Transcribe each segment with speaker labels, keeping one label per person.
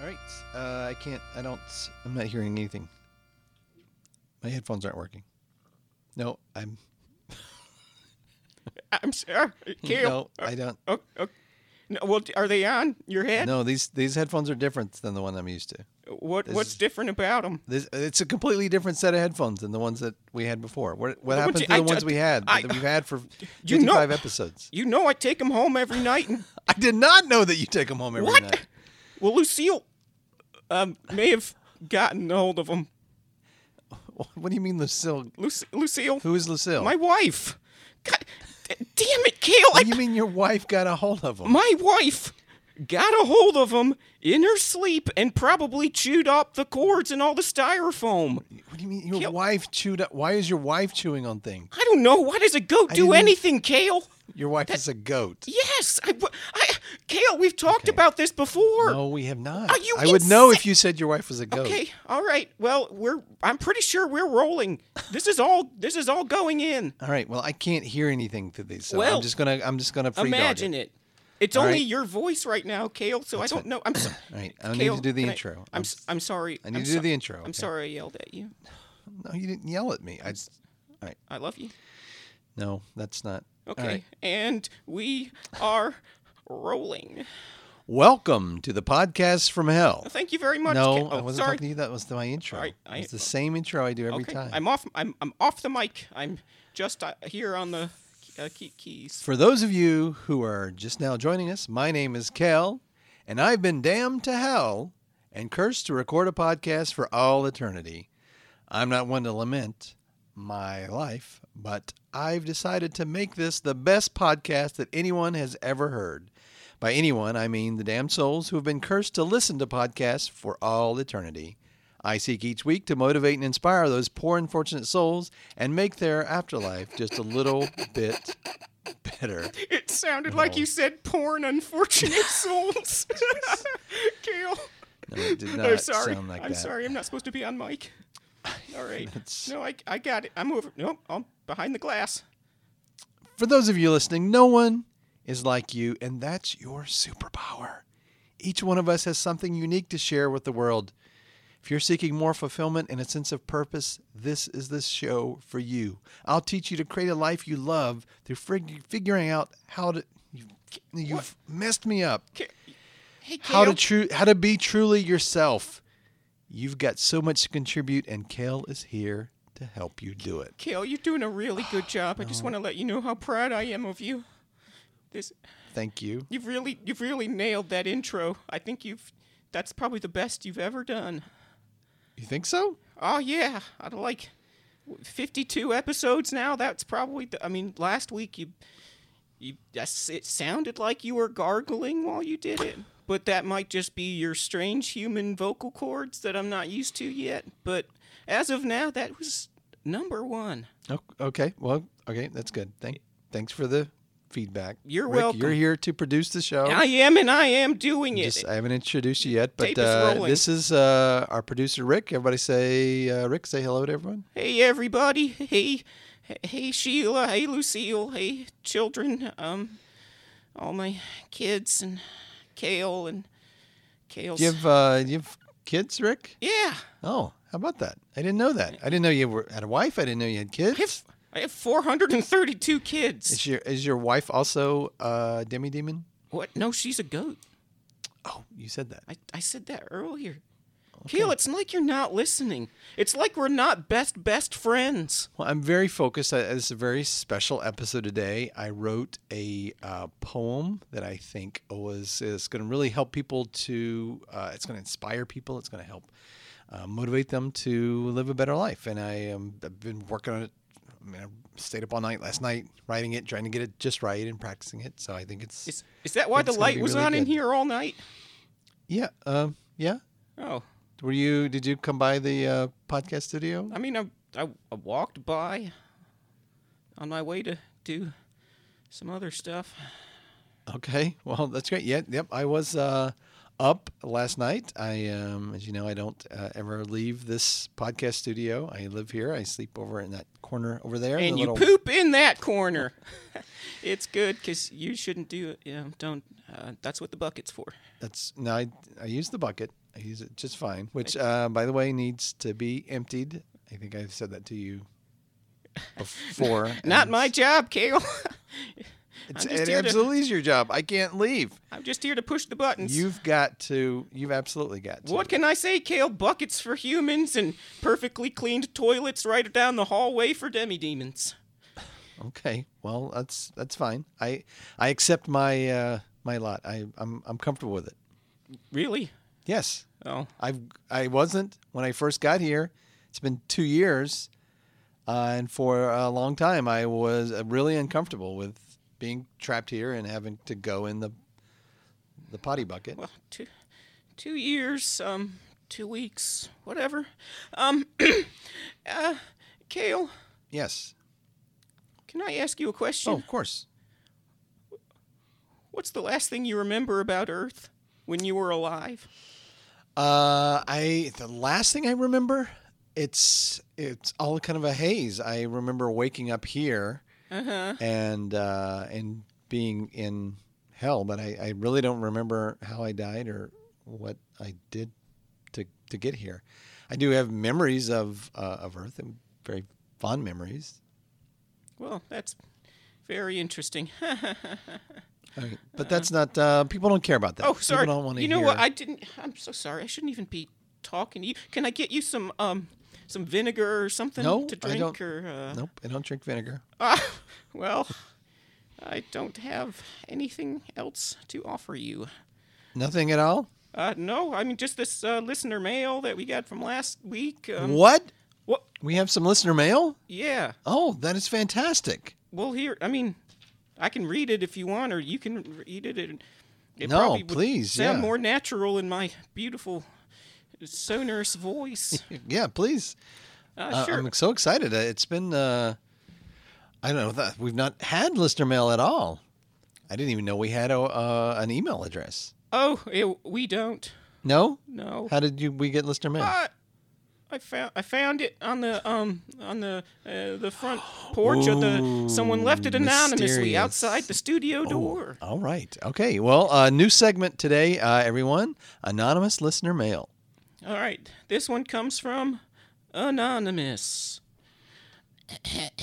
Speaker 1: All right. Uh, I can't. I don't. s- I'm not hearing anything. My headphones aren't working. No, I'm.
Speaker 2: I'm sorry. Kale.
Speaker 1: No, I don't.
Speaker 2: Oh, oh. No, well, are they on your head?
Speaker 1: No, these these headphones are different than the one I'm used to.
Speaker 2: What
Speaker 1: This
Speaker 2: What's
Speaker 1: is-
Speaker 2: different about them?
Speaker 1: This, it's a completely different set of headphones than the ones that we had before. What what
Speaker 2: Would
Speaker 1: happened
Speaker 2: you-
Speaker 1: to the
Speaker 2: I
Speaker 1: ones
Speaker 2: ju-
Speaker 1: we had
Speaker 2: I-
Speaker 1: that we've had for
Speaker 2: You know-
Speaker 1: 55 episodes?
Speaker 2: You know, I take them home every night. And
Speaker 1: I did not know that you take them home every
Speaker 2: What?
Speaker 1: night.
Speaker 2: well, Lucille um, may have gotten a hold of them.
Speaker 1: What do you mean, Lucille?
Speaker 2: Luc- Lucille,
Speaker 1: Who is Lucille?
Speaker 2: my wife. God, d- damn it, Kale!
Speaker 1: What
Speaker 2: I,
Speaker 1: do you mean your wife got a hold of them?
Speaker 2: my wife got a hold of them in her sleep and probably chewed up the cords and all the styrofoam.
Speaker 1: what do you mean your
Speaker 2: Kill-
Speaker 1: wife chewed up? Why is your wife chewing on things?
Speaker 2: I don't know. Why does a goat do
Speaker 1: didn't-
Speaker 2: anything, Kale?
Speaker 1: Your wife is a goat.
Speaker 2: Yes, I, I, Kale, we've talked about this before.
Speaker 1: No, we have not.
Speaker 2: Are you
Speaker 1: I would know if
Speaker 2: insane?
Speaker 1: you said your wife was a goat.
Speaker 2: Okay, all right. Well, we're I'm pretty sure we're rolling. This is all this is all going in.
Speaker 1: All right. Well, I can't hear anything to these. So I'm
Speaker 2: Well,
Speaker 1: just gonna. I'm just gonna. Free
Speaker 2: Imagine it. It's
Speaker 1: All
Speaker 2: only
Speaker 1: right.
Speaker 2: your voice right now, Kale, so I don't know. I'm sorry.
Speaker 1: All right. I need to do the intro.
Speaker 2: I, am s am sorry.
Speaker 1: I need
Speaker 2: I'm
Speaker 1: to do
Speaker 2: so-
Speaker 1: the intro, okay.
Speaker 2: I'm sorry I yelled at you.
Speaker 1: No, you didn't yell at me. I. All right.
Speaker 2: I love you.
Speaker 1: No, that's not. all
Speaker 2: Okay.
Speaker 1: right.
Speaker 2: And we are rolling.
Speaker 1: Welcome to the podcast from hell.
Speaker 2: Thank you very much.
Speaker 1: No,
Speaker 2: Kale.
Speaker 1: I
Speaker 2: Oh,
Speaker 1: wasn't
Speaker 2: sorry.
Speaker 1: talking to you. That was my intro.
Speaker 2: All right, I-
Speaker 1: it's the same intro I do every
Speaker 2: okay.
Speaker 1: time.
Speaker 2: I'm off I'm I'm off the mic. I'm just uh, here on the uh, key, keys.
Speaker 1: For those of you who are just now joining us, my name is Cal, and I've been damned to hell and cursed to record a podcast for all eternity. I'm not one to lament my life, but I've decided to make this the best podcast that anyone has ever heard. By anyone, I mean the damned souls who have been cursed to listen to podcasts for all eternity. I seek each week to motivate and inspire those poor, unfortunate souls and make their afterlife just a little bit better.
Speaker 2: It sounded like you said porn, unfortunate souls. Kale.
Speaker 1: No, it did not
Speaker 2: I'm sorry.
Speaker 1: sound like
Speaker 2: I'm
Speaker 1: that.
Speaker 2: sorry. I'm not supposed to be on mic. All right.
Speaker 1: That's-
Speaker 2: No, I, I got it. I'm over. Nope. I'm behind the glass.
Speaker 1: For those of you listening, no one is like you, and that's your superpower. Each one of us has something unique to share with the world. If you're seeking more fulfillment and a sense of purpose, this is this show for you. I'll teach you to create a life you love through frig- figuring out how to. You, you've messed me up.
Speaker 2: Ka- Hey, Kale.
Speaker 1: How to true? How to be truly yourself. You've got so much to contribute, and Kale is here to help you do it.
Speaker 2: Kale, you're doing a really good job. I just want to let you know how proud I am of you. This,
Speaker 1: Thank you.
Speaker 2: you've really, you've really nailed that intro. I think you've. That's probably the best you've ever done.
Speaker 1: You think so?
Speaker 2: Oh yeah, I'd like fifty-two episodes now. That's probably. The, I mean, last week you, you. That's, it sounded like you were gargling while you did it, but that might just be your strange human vocal cords that I'm not used to yet. But as of now, that was number one.
Speaker 1: Oh, okay. Well, okay, that's good. Thank, thanks for the feedback.
Speaker 2: You're
Speaker 1: Rick, You're
Speaker 2: welcome.
Speaker 1: here to produce the show.
Speaker 2: I am, and I am doing it.
Speaker 1: Oh. Just, I haven't introduced you yet, but
Speaker 2: Tape is
Speaker 1: uh,
Speaker 2: rolling.
Speaker 1: this is uh, our producer Rick. Everybody say uh, Rick. Say hello to everyone.
Speaker 2: hey everybody. Hey, hey Sheila. Hey Lucille. Hey children. Um, all my kids and Kale and. Kale's
Speaker 1: Do you have uh, do you have kids, Rick?
Speaker 2: Yeah.
Speaker 1: Oh, how about that? I didn't know that. I didn't know you were, had a wife. I didn't know you had kids.
Speaker 2: I have, I have 432 kids.
Speaker 1: Is your is your wife also uh, demi demon?
Speaker 2: What? No, she's a goat.
Speaker 1: Oh, you said that.
Speaker 2: I, I said that earlier. Keel, it's like you're not listening. It's like we're not best best friends.
Speaker 1: Well, I'm very focused. I- It's a very special episode today. I wrote a uh, poem that I think was is going to really help people to. Uh, it's going to inspire people. It's going to help uh, motivate them to live a better life. And I am. I've been working on it. I mean, I stayed up all night last night writing it, trying to get it just right and practicing it. So I think it's.
Speaker 2: Is is that why
Speaker 1: It's
Speaker 2: the
Speaker 1: gonna
Speaker 2: light
Speaker 1: be
Speaker 2: was
Speaker 1: really
Speaker 2: on in
Speaker 1: good.
Speaker 2: here all night?
Speaker 1: yeah. Um. yeah.
Speaker 2: Oh,
Speaker 1: Were you? Did you come by the uh, podcast studio?
Speaker 2: I mean, I, I I walked by on my way to do some other stuff.
Speaker 1: Okay. Well, that's great. Yeah. Yep. I was uh, up last night. I, um, as you know, I don't uh, ever leave this podcast studio. I live here. I sleep over in that corner over there.
Speaker 2: and
Speaker 1: the
Speaker 2: you
Speaker 1: little-
Speaker 2: poop in that corner. it's good because you shouldn't do it. Yeah, don't. Uh, that's what the bucket's for.
Speaker 1: That's no. I, I use the bucket. I use it just fine. Which, uh, by the way, needs to be emptied. I think I've said that to you before. and
Speaker 2: Not my
Speaker 1: it's-
Speaker 2: job, Kale.
Speaker 1: It's,
Speaker 2: I'm just
Speaker 1: it
Speaker 2: here to-
Speaker 1: absolutely is your job. I can't leave.
Speaker 2: I'm just here to push the buttons.
Speaker 1: You've got to. You've absolutely got to.
Speaker 2: what can I say, Kale? Buckets for humans and perfectly cleaned toilets right down the hallway for demi demons.
Speaker 1: Okay. Well, that's that's fine. I I accept my uh, my lot. I I'm I'm comfortable with it.
Speaker 2: Really?
Speaker 1: Yes.
Speaker 2: Oh,
Speaker 1: I've I wasn't when I first got here. It's been 2 years. Uh, and for a long time I was uh, really uncomfortable with being trapped here and having to go in the the potty bucket.
Speaker 2: well, two, two years, um, two weeks, whatever. Um, uh, Kale,
Speaker 1: yes.
Speaker 2: can I ask you a question?
Speaker 1: Oh, of course.
Speaker 2: What's the last thing you remember about Earth when you were alive?
Speaker 1: Uh, I the last thing I remember, it's it's all kind of a haze. I remember waking up here
Speaker 2: Uh-huh.
Speaker 1: and uh, and being in hell, but I, I really don't remember how I died or what I did to to get here. I do have memories of uh, of Earth and very fond memories.
Speaker 2: Well, that's very interesting.
Speaker 1: I mean, but that's not uh, people don't care about that.
Speaker 2: Uh-huh. oh, sorry.
Speaker 1: People don't want to
Speaker 2: you know
Speaker 1: hear.
Speaker 2: what? I didn't. I'm so sorry. I shouldn't even be talking to you. Can I get you some um some vinegar or something
Speaker 1: No,
Speaker 2: to
Speaker 1: I
Speaker 2: drink?
Speaker 1: don't-
Speaker 2: Or uh,
Speaker 1: nope, I don't drink vinegar.
Speaker 2: ah, well, I don't have anything else to offer you.
Speaker 1: Nothing at all.
Speaker 2: Uh, no, I mean just this uh, listener mail that we got from last week. Um,
Speaker 1: what?
Speaker 2: what?
Speaker 1: We have some listener mail.
Speaker 2: Yeah.
Speaker 1: Oh, that is fantastic.
Speaker 2: Well, here, I mean, I can read it if you want, or you can read it. And it
Speaker 1: No,
Speaker 2: probably would
Speaker 1: please,
Speaker 2: sound
Speaker 1: yeah.
Speaker 2: more natural in my beautiful, sonorous voice.
Speaker 1: Yeah, please.
Speaker 2: Uh,
Speaker 1: Uh,
Speaker 2: sure.
Speaker 1: I'm so excited. Uh, It's been, uh, I don't know, that we've not had listener mail at all. I didn't even know we had a, uh, an email address.
Speaker 2: oh, yeah, we don't.
Speaker 1: No?
Speaker 2: No.
Speaker 1: How did you we get listener mail?
Speaker 2: I, I found I found it on the um on the uh, the front porch of the. Someone left it
Speaker 1: Ooh,
Speaker 2: anonymously
Speaker 1: mysterious. Oh,
Speaker 2: outside the studio door.
Speaker 1: All right. Okay. Well, uh, new segment today, uh, everyone. Anonymous listener mail.
Speaker 2: All right, this one comes from Anonymous.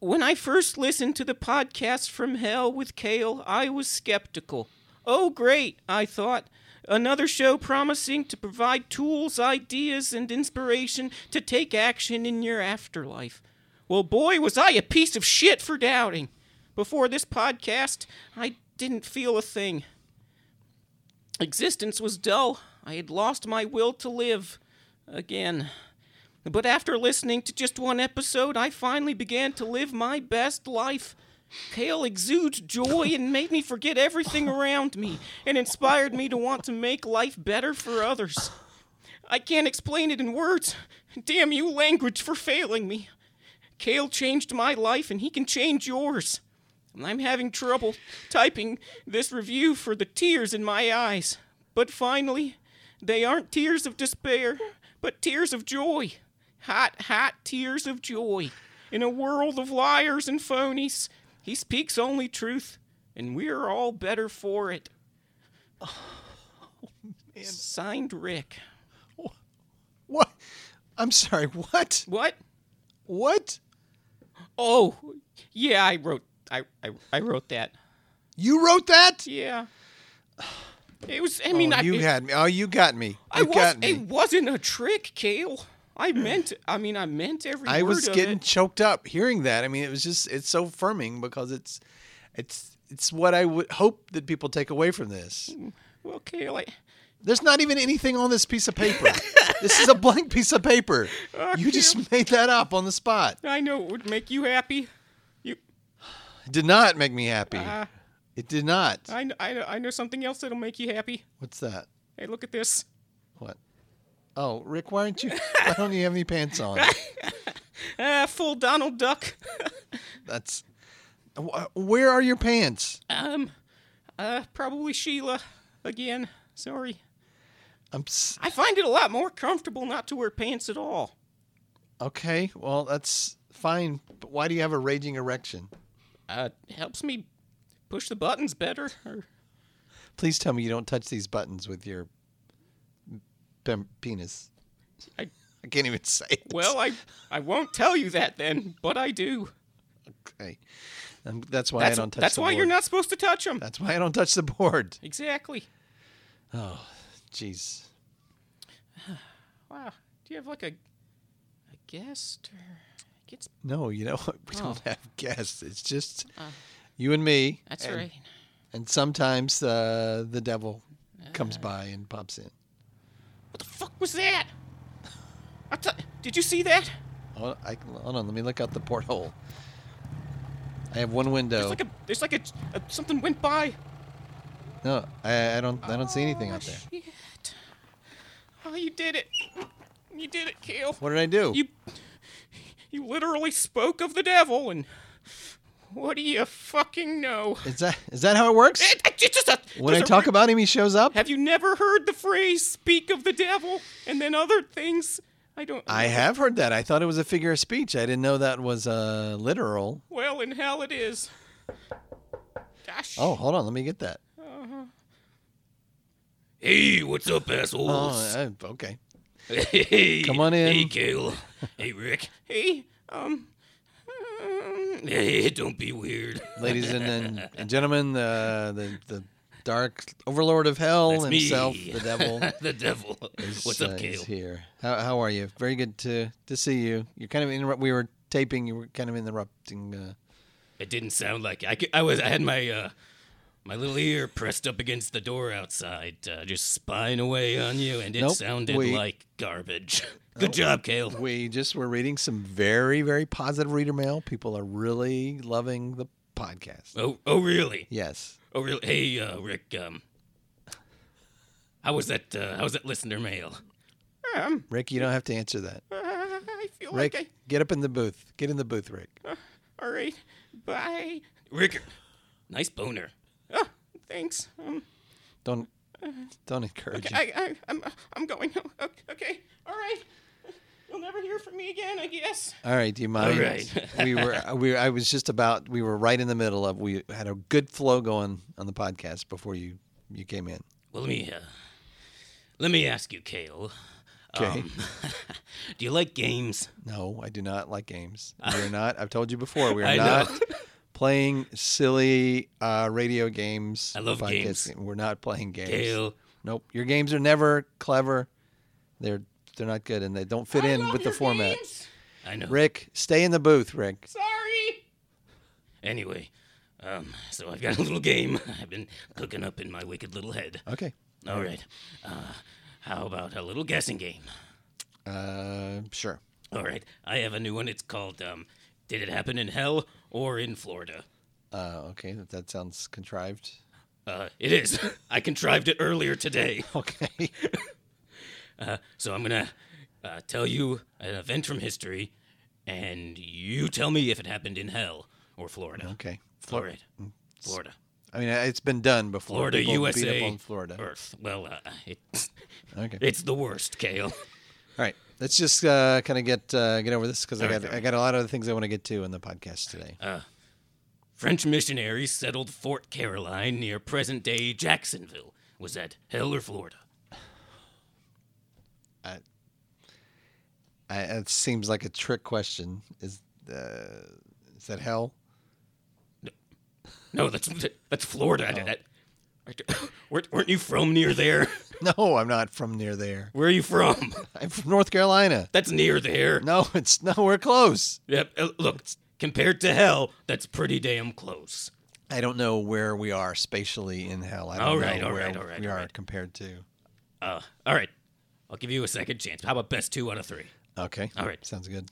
Speaker 2: when I first listened to the podcast From Hell with Kale, I was skeptical. Oh, great, I thought. Another show promising to provide tools, ideas, and inspiration to take action in your afterlife. Well, boy, was I a piece of shit for doubting. Before this podcast, I didn't feel a thing. Existence was dull. I had lost my will to live again. But after listening to just one episode, I finally began to live my best life. Kale exudes joy and made me forget everything around me and inspired me to want to make life better for others. I can't explain it in words. Damn you, language, for failing me. Kale changed my life and he can change yours. I'm having trouble typing this review for the tears in my eyes. But finally, they aren't tears of despair, but tears of joy. Hot, hot tears of joy. In a world of liars and phonies, he speaks only truth, and we're all better for it. Signed Rick.
Speaker 1: What? I'm sorry. What?
Speaker 2: What?
Speaker 1: What?
Speaker 2: Oh, yeah, I wrote I, I, I wrote that.
Speaker 1: You wrote that?
Speaker 2: Yeah. It was. I
Speaker 1: Oh,
Speaker 2: mean, I,
Speaker 1: you
Speaker 2: it,
Speaker 1: had me. Oh, you got me. You
Speaker 2: I was.
Speaker 1: got
Speaker 2: It
Speaker 1: me.
Speaker 2: wasn't a trick, Kale. I meant. I mean, I meant every
Speaker 1: I
Speaker 2: word
Speaker 1: was
Speaker 2: of
Speaker 1: getting
Speaker 2: it.
Speaker 1: choked up hearing that. I mean, it was just it's so firming because it's it's it's what I would hope that people take away from this.
Speaker 2: Well, Kale, I,
Speaker 1: There's not even anything on this piece of paper. this is a blank piece of paper. You just made that up on the spot.
Speaker 2: I know it would make you happy. You,
Speaker 1: It did not make me happy.
Speaker 2: uh,
Speaker 1: It did not.
Speaker 2: I, kn- I, kn- I know something else that'll make you happy.
Speaker 1: What's that?
Speaker 2: Hey, look at this.
Speaker 1: What? Oh, Rick, why aren't you? Why don't you have any pants on?
Speaker 2: Ah, full Donald Duck.
Speaker 1: That's. wh- Where are your pants?
Speaker 2: um, uh, probably Sheila again. Sorry.
Speaker 1: I'm s-
Speaker 2: I find it a lot more comfortable not to wear pants at all.
Speaker 1: okay. Well, that's fine. But why do you have a raging erection?
Speaker 2: Uh, it helps me push the buttons better. Or
Speaker 1: Please tell me you don't touch these buttons with your pem- penis.
Speaker 2: I,
Speaker 1: I can't even say it.
Speaker 2: well, I, I won't tell you that then, but I do.
Speaker 1: okay. Um, that's why
Speaker 2: That's,
Speaker 1: I don't touch.
Speaker 2: that's
Speaker 1: the
Speaker 2: why
Speaker 1: board.
Speaker 2: you're not supposed to touch them.
Speaker 1: That's why I don't touch the board.
Speaker 2: Exactly.
Speaker 1: Jeez.
Speaker 2: Wow. Do you have like a, a guest or it gets
Speaker 1: No, you know what? We don't
Speaker 2: Oh. Uh.
Speaker 1: have guests. It's just you and me.
Speaker 2: That's
Speaker 1: and,
Speaker 2: right.
Speaker 1: And sometimes uh, the devil comes by and pops in.
Speaker 2: What the fuck was that? I thought did you see that?
Speaker 1: Hold I, can- hold on, let me look out the porthole. I have one
Speaker 2: There's
Speaker 1: window.
Speaker 2: like a there's like a, a something went by.
Speaker 1: no, I, I don't. I don't see anything
Speaker 2: oh,
Speaker 1: out there.
Speaker 2: Shit. Oh, you did it. You did it, Kale.
Speaker 1: What did I do?
Speaker 2: You you literally spoke of the devil and what do you fucking know?
Speaker 1: is that is that how it works?
Speaker 2: It- it- it's just a-
Speaker 1: when I
Speaker 2: there's a
Speaker 1: talk
Speaker 2: re-
Speaker 1: about him, he shows up.
Speaker 2: Have you never heard the phrase speak of the devil and then other things? I don't
Speaker 1: I have heard that. I thought it was a figure of speech. I didn't know that was uh, literal.
Speaker 2: Well, in hell it is. Gosh.
Speaker 1: Oh, hold on, let me get that.
Speaker 3: Hey, what's up, assholes?
Speaker 1: Oh, I- okay.
Speaker 3: hey,
Speaker 1: Come on in.
Speaker 3: Hey, Kale. hey, Rick.
Speaker 2: Hey, um,
Speaker 3: Hey, don't be weird.
Speaker 1: ladies and, and, and gentlemen, uh, the the dark overlord of hell
Speaker 3: That's me.
Speaker 1: himself, the devil.
Speaker 3: the devil.
Speaker 1: is,
Speaker 3: what's
Speaker 1: uh,
Speaker 3: up,
Speaker 1: is
Speaker 3: Kale?
Speaker 1: here. How, how are you? Very good to to see you. You're kind of interrupt. We were taping. You were kind of interrupting. Uh,
Speaker 3: It didn't sound like I, could- I was. I had my uh, my little ear pressed up against the door outside, uh, just spying away on you, and it
Speaker 1: Nope,
Speaker 3: sounded
Speaker 1: we-
Speaker 3: like garbage. Good job, Kale.
Speaker 1: we just were reading some very very positive reader mail. People are really loving the podcast.
Speaker 3: oh, oh, really?
Speaker 1: Yes.
Speaker 3: Oh, really? Hey, uh, Rick. Um, how was that? Uh, how was that listener mail?
Speaker 2: um,
Speaker 1: Rick, you don't have to answer that.
Speaker 2: uh, I feel
Speaker 1: Rick,
Speaker 2: like
Speaker 1: get up in the booth. Get in the booth, Rick.
Speaker 2: I. All right, bye.
Speaker 3: Rick, nice boner.
Speaker 2: Oh, thanks. Um,
Speaker 1: Don't don't encourage him.
Speaker 2: I, I, I'm, I'm going. Oh, Okay, all right. You'll never hear from me again, I guess.
Speaker 1: All right, do you mind?
Speaker 3: right.
Speaker 1: we were we I was just about we were right in the middle of we had a good flow going on the podcast before you you came in.
Speaker 3: Well, let me uh, let me ask you, Kale. Um,
Speaker 1: Okay.
Speaker 3: do you like games?
Speaker 1: no, I do not like games. We're not. I've told you before. We are
Speaker 3: I know.
Speaker 1: not playing silly uh, radio games.
Speaker 3: I love
Speaker 1: podcast
Speaker 3: games.
Speaker 1: game. We're not playing games.
Speaker 3: Kale,
Speaker 1: Nope. Your games are never clever. They're they're not good and they don't fit
Speaker 2: I
Speaker 1: in
Speaker 2: love
Speaker 1: with the
Speaker 2: your
Speaker 1: format.
Speaker 2: games.
Speaker 3: I know.
Speaker 1: Rick, stay in the booth, Rick.
Speaker 2: Sorry.
Speaker 3: Anyway, um, so I've got a little game I've been cooking up in my wicked little head.
Speaker 1: Okay.
Speaker 3: All right. Uh, how about a little guessing game?
Speaker 1: Uh, sure.
Speaker 3: All right. I have a new one. It's called um, Did It Happen in Hell or in Florida?
Speaker 1: Uh, okay. That, that sounds contrived.
Speaker 3: Uh, it is. I contrived it earlier today.
Speaker 1: Okay.
Speaker 3: So I'm gonna uh, tell you an event from history, and you tell me if it happened in hell or Florida.
Speaker 1: Okay.
Speaker 3: All right.
Speaker 1: Oh, mm.
Speaker 3: Florida.
Speaker 1: I mean, it's been done before.
Speaker 3: Florida,
Speaker 1: People
Speaker 3: USA.
Speaker 1: Beat up on Florida.
Speaker 3: Earth. Well, uh, it's,
Speaker 1: Okay.
Speaker 3: it's the worst, Kale.
Speaker 1: All right. Let's just uh, kind of get uh, get over this because I
Speaker 3: All right,
Speaker 1: got
Speaker 3: all
Speaker 1: I
Speaker 3: right.
Speaker 1: got a lot of other things I want to get to in the podcast today.
Speaker 3: French missionaries settled Fort Caroline near present day Jacksonville. Was that hell or Florida?
Speaker 1: I, it seems like a trick question. Is uh, is that hell? Oh.
Speaker 3: No, that's that's Florida. I- I-
Speaker 2: Weren't, weren't you from near there?
Speaker 1: No, I'm not from near there.
Speaker 2: Where are you from?
Speaker 1: I'm from North Carolina.
Speaker 2: That's near there.
Speaker 1: No, it's nowhere close.
Speaker 2: Yep. uh, Look, compared to hell, that's pretty damn close.
Speaker 1: I don't know where we are spatially in hell. I don't
Speaker 2: All
Speaker 1: know
Speaker 2: right, all
Speaker 1: where
Speaker 2: right, all right,
Speaker 1: we
Speaker 2: all
Speaker 1: are
Speaker 2: right.
Speaker 1: compared to.
Speaker 2: Uh, all right. I'll give you a second chance. How about best two out of three?
Speaker 1: Okay.
Speaker 2: All right.
Speaker 1: Sounds good.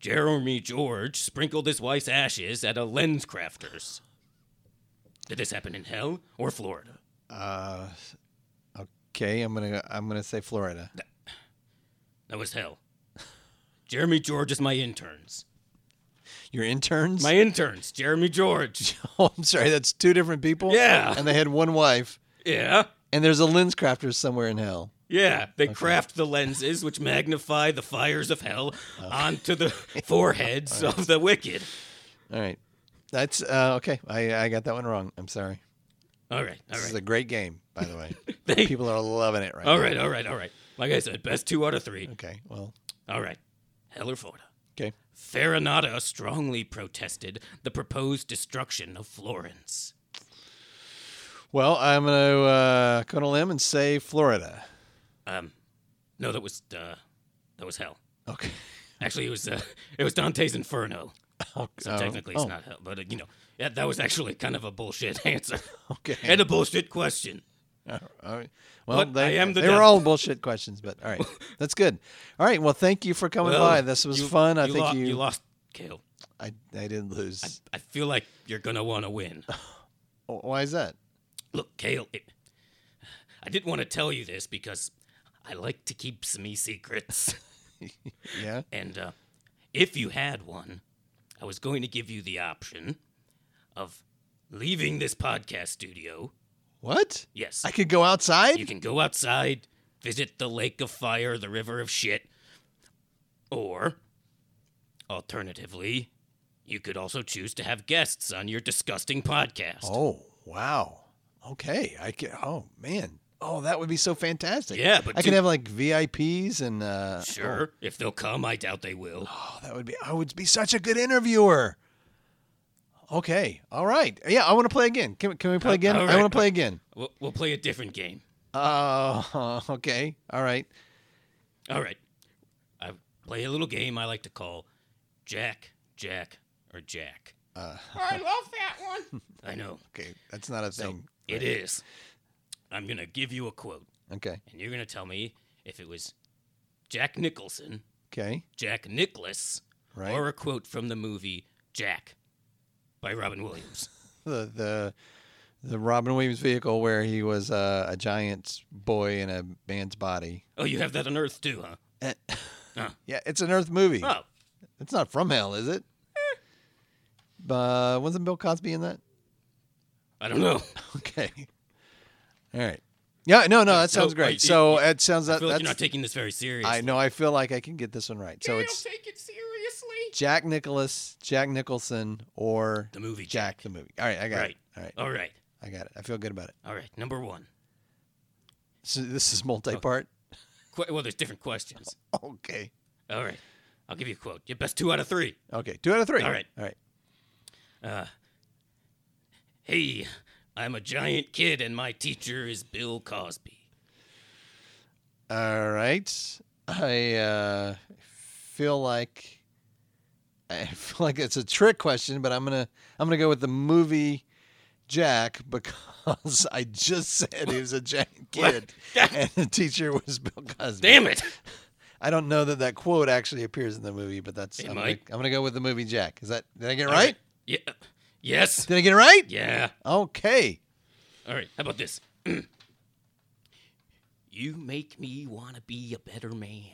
Speaker 2: Jeremy George sprinkled his wife's ashes at a lens crafter's. Did this happen in hell or Florida?
Speaker 1: Okay, I'm gonna I'm gonna say Florida.
Speaker 2: That was hell. Jeremy George is my interns.
Speaker 1: Your interns?
Speaker 2: My interns, Jeremy George.
Speaker 1: oh, I'm sorry, that's two different people.
Speaker 2: Yeah.
Speaker 1: And they had one wife.
Speaker 2: Yeah.
Speaker 1: And there's a lens crafter somewhere in hell.
Speaker 2: Yeah, they craft the lenses which magnify the fires of hell onto the foreheads of the wicked.
Speaker 1: All right. That's uh, okay. I, I got that one wrong. I'm sorry.
Speaker 2: All right, all
Speaker 1: This is
Speaker 2: right.
Speaker 1: a great game, by the way.
Speaker 2: They-
Speaker 1: People are loving it right
Speaker 2: all
Speaker 1: now.
Speaker 2: right, all right, all right. Like I said, best two out of three.
Speaker 1: Okay. Well,
Speaker 2: All right. Hell or Florida?
Speaker 1: okay.
Speaker 2: Farinata strongly protested the proposed destruction of Florence.
Speaker 1: Well, I'm gonna uh, go on a limb and say Florida.
Speaker 2: Um, no, that was uh, that was hell.
Speaker 1: Okay.
Speaker 2: Actually, it was uh, it was Dante's Inferno. So
Speaker 1: oh,
Speaker 2: technically, it's
Speaker 1: oh.
Speaker 2: not hell, but uh, you know, yeah, that was actually kind of a bullshit answer
Speaker 1: Okay.
Speaker 2: and a bullshit question.
Speaker 1: All right. Well,
Speaker 2: But
Speaker 1: they,
Speaker 2: I am the
Speaker 1: they were
Speaker 2: devil.
Speaker 1: all bullshit questions, but all right, that's good. All right. Well, thank you for coming
Speaker 2: Well,
Speaker 1: by. This was
Speaker 2: you-
Speaker 1: fun. I
Speaker 2: you
Speaker 1: think
Speaker 2: lo-
Speaker 1: you.
Speaker 2: you lost, Kale.
Speaker 1: I I did lose.
Speaker 2: I feel like you're gonna want to win.
Speaker 1: Wh- Why is that?
Speaker 2: Look, Kale, it, I didn't want to tell you this because I like to keep some secrets.
Speaker 1: Yeah.
Speaker 2: And uh, if you had one, I was going to give you the option of leaving this podcast studio.
Speaker 1: What?
Speaker 2: Yes.
Speaker 1: I could go outside.
Speaker 2: you can go outside, visit the lake of fire, the river of shit. Or, alternatively, you could also choose to have guests on your disgusting podcast.
Speaker 1: Oh wow. Okay. I can. Oh man. Oh, that would be so fantastic.
Speaker 2: Yeah, but
Speaker 1: I could
Speaker 2: do-
Speaker 1: have like VIPs and. Uh,
Speaker 2: Sure. If they'll come, I doubt they will.
Speaker 1: Oh, that would be. I would be such a good interviewer. Okay. All right. Yeah, I want to play again. Can, can we play again?
Speaker 2: Uh, all
Speaker 1: I
Speaker 2: right.
Speaker 1: want to play again.
Speaker 2: We'll, we'll play a different game.
Speaker 1: Oh, okay. All right.
Speaker 2: All right. I play a little game I like to call Jack, Jack, or Jack.
Speaker 1: Uh,
Speaker 4: I love that one.
Speaker 2: I know.
Speaker 1: Okay, that's not a
Speaker 2: So
Speaker 1: thing.
Speaker 2: it is. I'm going to give you a quote,
Speaker 1: Okay.
Speaker 2: and you're going to tell me if it was Jack Nicholson,
Speaker 1: Okay.
Speaker 2: Jack Nicholas,
Speaker 1: Right.
Speaker 2: or a quote from the movie Jack by Robin Williams.
Speaker 1: The the the Robin Williams vehicle where he was uh, a giant boy in a man's body.
Speaker 2: oh, you have that on Earth too, huh?
Speaker 1: Eh.
Speaker 2: Huh.
Speaker 1: Yeah, it's an Earth movie.
Speaker 2: Oh,
Speaker 1: It's not from hell, is it?
Speaker 2: Eh.
Speaker 1: Uh, wasn't Bill Cosby in that?
Speaker 2: I don't know.
Speaker 1: Okay. All right. Yeah. No. No. That
Speaker 2: So,
Speaker 1: sounds
Speaker 2: wait,
Speaker 1: great.
Speaker 2: you-
Speaker 1: So
Speaker 2: you-
Speaker 1: it sounds
Speaker 2: I
Speaker 1: that
Speaker 2: feel like you're
Speaker 1: that's.
Speaker 2: not taking this very seriously.
Speaker 1: I know. I feel like I can get this one right. So
Speaker 4: Kale,
Speaker 1: it's
Speaker 4: take it seriously.
Speaker 1: Jack Nicholas, Jack Nicholson, or
Speaker 2: The movie Jack.
Speaker 1: Jack the movie. All right. I got
Speaker 2: Right.
Speaker 1: it. All right.
Speaker 2: All right.
Speaker 1: I got it. I feel good about it.
Speaker 2: All right. Number one.
Speaker 1: So this is
Speaker 2: Oh.
Speaker 1: multi-part.
Speaker 2: Qu- well, there's different questions.
Speaker 1: Okay.
Speaker 2: All right. I'll give you a quote. Your best two out of three.
Speaker 1: Okay. Two out of three.
Speaker 2: All right.
Speaker 1: All right.
Speaker 2: Hey, I'm a giant kid and my teacher is Bill Cosby.
Speaker 1: All right. I uh, feel like I feel like it's a trick question, but I'm gonna I'm gonna go with the movie Jack because I just said he was a giant kid and the teacher was Bill Cosby.
Speaker 2: Damn it!
Speaker 1: I don't know that that quote actually appears in the movie, but that's I'm,
Speaker 2: might.
Speaker 1: Gonna, I'm gonna go with the movie Jack. Is that did I get it
Speaker 2: All
Speaker 1: right?
Speaker 2: Yeah. Yes.
Speaker 1: Did I get it right?
Speaker 2: Yeah.
Speaker 1: Okay.
Speaker 2: All right. How about this? you make me want to be a better man.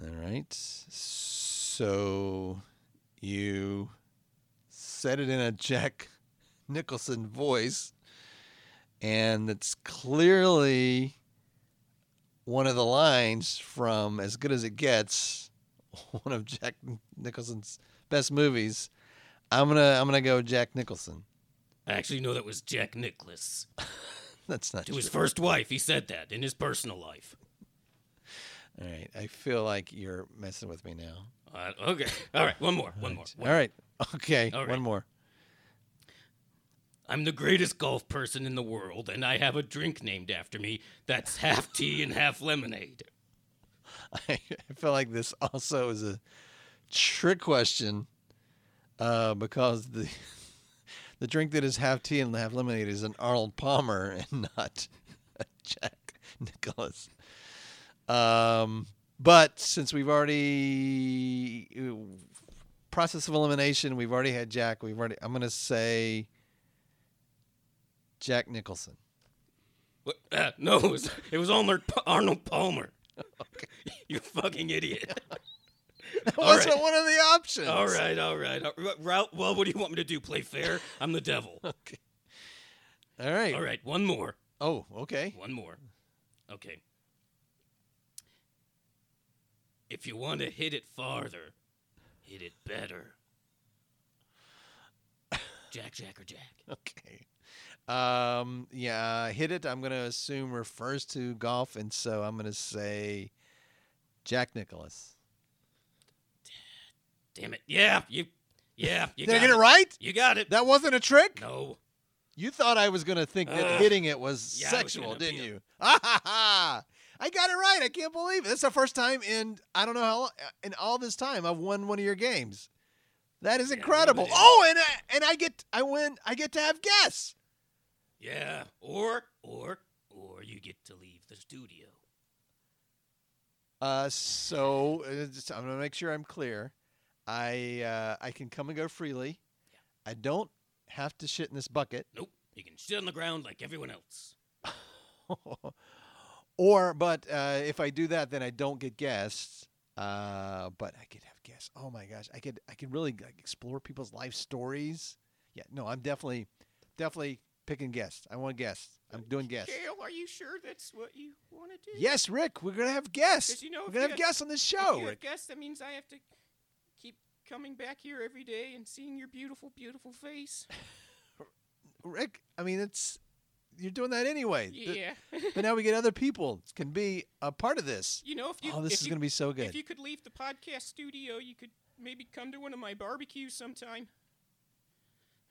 Speaker 1: All right. So you said it in a Jack Nicholson voice, and it's clearly one of the lines from As Good as It Gets, one of Jack Nicholson's best movies. I'm gonna I'm gonna go Jack Nicholson.
Speaker 2: I actually know that was Jack Nicholas.
Speaker 1: That's not
Speaker 2: To his
Speaker 1: true.
Speaker 2: first wife, he said that in his personal life.
Speaker 1: All right. I feel like you're messing with me now.
Speaker 2: Uh, okay. All right. One more. One more.
Speaker 1: All right. Okay.
Speaker 2: All right.
Speaker 1: One more.
Speaker 3: I'm the greatest golf person in the world, and I have a drink named after me that's half tea and half lemonade.
Speaker 1: I feel like this also is a trick question uh, because the the drink that is half tea and half lemonade is an Arnold Palmer and not a Jack Nicholas. Um, but since we've already process of elimination, we've already had Jack. We've already. I'm gonna say Jack Nicholson.
Speaker 3: What? Uh, no, it was, it was Arnold, Pa- Arnold Palmer. you fucking idiot.
Speaker 1: That
Speaker 3: All
Speaker 1: wasn't
Speaker 3: right.
Speaker 1: one of the options.
Speaker 3: All right, all right. all right. Well, well, what do you want me to do? Play fair? I'm the devil.
Speaker 1: Okay. All right.
Speaker 3: All right, one more.
Speaker 1: Oh, okay.
Speaker 3: One more. Okay. If you want to hit it farther, hit it better. Jack, Jack, or Jack?
Speaker 1: Okay. Um, yeah, hit it. I'm going to assume refers to golf, and so I'm going to say Jack Nicholas.
Speaker 3: Damn it. Yeah, you. Yeah, you
Speaker 1: Did I
Speaker 3: got
Speaker 1: get it. right?
Speaker 3: You got it.
Speaker 1: That wasn't a trick.
Speaker 3: No.
Speaker 1: You thought I was going to think that
Speaker 3: Ugh.
Speaker 1: hitting it was
Speaker 3: Yeah, I was
Speaker 1: sexual,
Speaker 3: gonna
Speaker 1: didn't
Speaker 3: be a-
Speaker 1: you? Ah, ha, ha. I got it right. I can't believe it. That's the first time in I don't know how long, in all this time I've won one of your games. That is
Speaker 3: Yeah, I love
Speaker 1: incredible.
Speaker 3: it.
Speaker 1: oh, and I, and I get I win. I get to have guests.
Speaker 3: Yeah. Or, or, or you get to leave the studio.
Speaker 1: Uh, so uh, just- I'm gonna make sure I'm clear. I uh, I can come and go freely.
Speaker 3: Yeah.
Speaker 1: I don't have to shit in this bucket,
Speaker 3: Nope. You can shit on the ground like everyone else.
Speaker 1: or but uh, if I do that, then I don't get guests. Uh, but I could have guests. Oh my gosh, I could I could really like explore people's life stories. Yeah, no, I'm definitely definitely picking guests. I want guests. I'm doing guests.
Speaker 2: Gail, are you sure that's what you want to do?
Speaker 1: Yes, Rick, we're gonna have guests.
Speaker 2: 'Cause you know,
Speaker 1: we're
Speaker 2: if
Speaker 1: gonna
Speaker 2: you
Speaker 1: have
Speaker 2: had-
Speaker 1: guests on this
Speaker 2: if
Speaker 1: show.
Speaker 2: you're a
Speaker 1: Rick.
Speaker 2: guest, that means I have to keep coming back here every day and seeing your beautiful, beautiful face.
Speaker 1: Rick, I mean, it's you're doing that anyway. The-
Speaker 2: Yeah.
Speaker 1: but now we get other people can be a part of this.
Speaker 2: you know, if you
Speaker 1: oh, this
Speaker 2: if
Speaker 1: is
Speaker 2: you-
Speaker 1: going to be so good.
Speaker 2: If you could leave the podcast studio, you could maybe come to one of my barbecues sometime.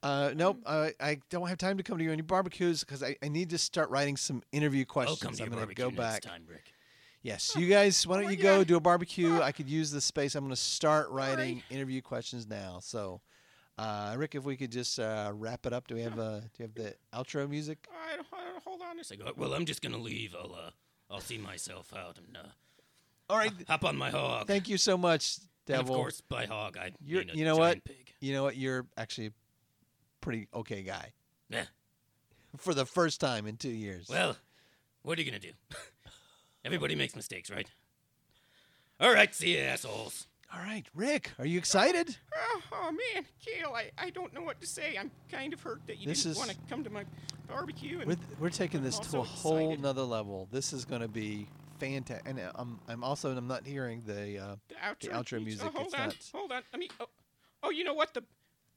Speaker 1: uh, nope, uh, I don't have time to come to any barbecues because I, I need to start writing some interview questions.
Speaker 3: I'll Oh, come to
Speaker 1: I'm
Speaker 3: your
Speaker 1: gonna
Speaker 3: barbecue
Speaker 1: go
Speaker 3: next
Speaker 1: back.
Speaker 3: time, Rick.
Speaker 1: Yes, you guys, why
Speaker 2: Oh
Speaker 1: don't
Speaker 2: my
Speaker 1: you go
Speaker 2: God.
Speaker 1: do a barbecue? I could use this space. I'm going to start
Speaker 2: right.
Speaker 1: writing interview questions now. So, uh, Rick, if we could just uh, wrap it up. Do we have uh, do you have the outro music?
Speaker 2: I don't, I don't- hold on a
Speaker 3: It's like,
Speaker 2: second.
Speaker 3: "Oh, well, I'm just gonna leave. I'll uh, I'll see myself out and uh,
Speaker 1: All right.
Speaker 3: hop on my hog.
Speaker 1: Thank you so much,
Speaker 3: And
Speaker 1: Devil.
Speaker 3: of course, by hog I
Speaker 1: You're-
Speaker 3: mean a
Speaker 1: you know
Speaker 3: giant
Speaker 1: what?
Speaker 3: Pig.
Speaker 1: You know what? You're actually a pretty okay guy
Speaker 3: Yeah.
Speaker 1: for the first time in two years.
Speaker 3: Well, what are you gonna do? Everybody makes mistakes, right? All right, see you, assholes.
Speaker 1: All right, Rick, are you excited?
Speaker 2: Oh, oh, man, Gail, I, I don't know what to say. I'm kind of hurt that you
Speaker 1: This
Speaker 2: didn't
Speaker 1: is-
Speaker 2: want to come to my barbecue. And
Speaker 1: We're, we're taking this
Speaker 2: I'm
Speaker 1: to a
Speaker 2: also
Speaker 1: whole
Speaker 2: excited.
Speaker 1: nother level. This is going to be fantastic. And uh, I'm, I'm also I'm not hearing the. Uh,
Speaker 2: the outro,
Speaker 1: outro
Speaker 2: needs-
Speaker 1: music,
Speaker 2: Oh, hold
Speaker 1: it's
Speaker 2: on,
Speaker 1: not-
Speaker 2: hold on. Let me. Oh, oh, you know what? The,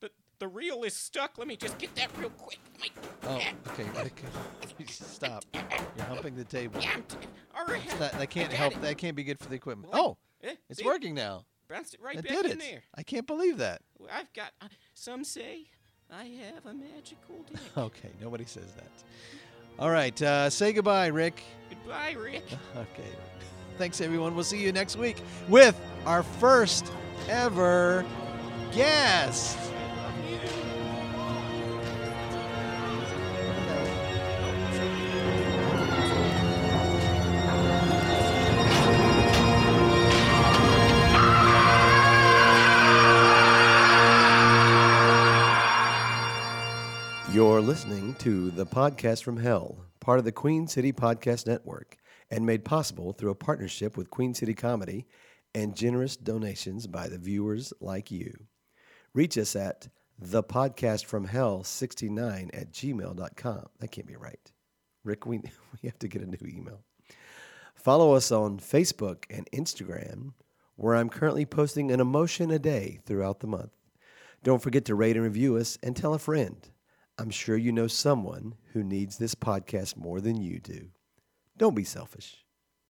Speaker 2: the the reel is stuck. Let me just get that real quick. My,
Speaker 1: oh, okay, Rick, stop! You're humping the table.
Speaker 2: yeah, I'm t- all right.
Speaker 1: That that can't
Speaker 2: I got
Speaker 1: help.
Speaker 2: it.
Speaker 1: That can't be good for the equipment.
Speaker 2: Well,
Speaker 1: Oh,
Speaker 2: Eh,
Speaker 1: it's
Speaker 2: see?
Speaker 1: working now.
Speaker 2: Bounced it right
Speaker 1: I
Speaker 2: back
Speaker 1: did
Speaker 2: in
Speaker 1: it.
Speaker 2: there.
Speaker 1: I can't believe that.
Speaker 2: Well, I've got. Uh, some say I have a magical dick.
Speaker 1: Okay, nobody says that. All right, uh, say goodbye, Rick.
Speaker 2: Goodbye, Rick.
Speaker 1: Okay. Thanks, everyone. We'll see you next week with our first ever guest.
Speaker 5: You're listening to the podcast from Hell, part of the Queen City Podcast Network, and made possible through a partnership with Queen City Comedy and generous donations by the viewers like you. Reach us at thepodcastfromhell69 at gmail.com. That can't be right. Rick, we, we have to get a new email. Follow us on Facebook and Instagram, where I'm currently posting an emotion a day throughout the month. Don't forget to rate and review us and tell a friend. I'm sure you know someone who needs this podcast more than you do. Don't be selfish.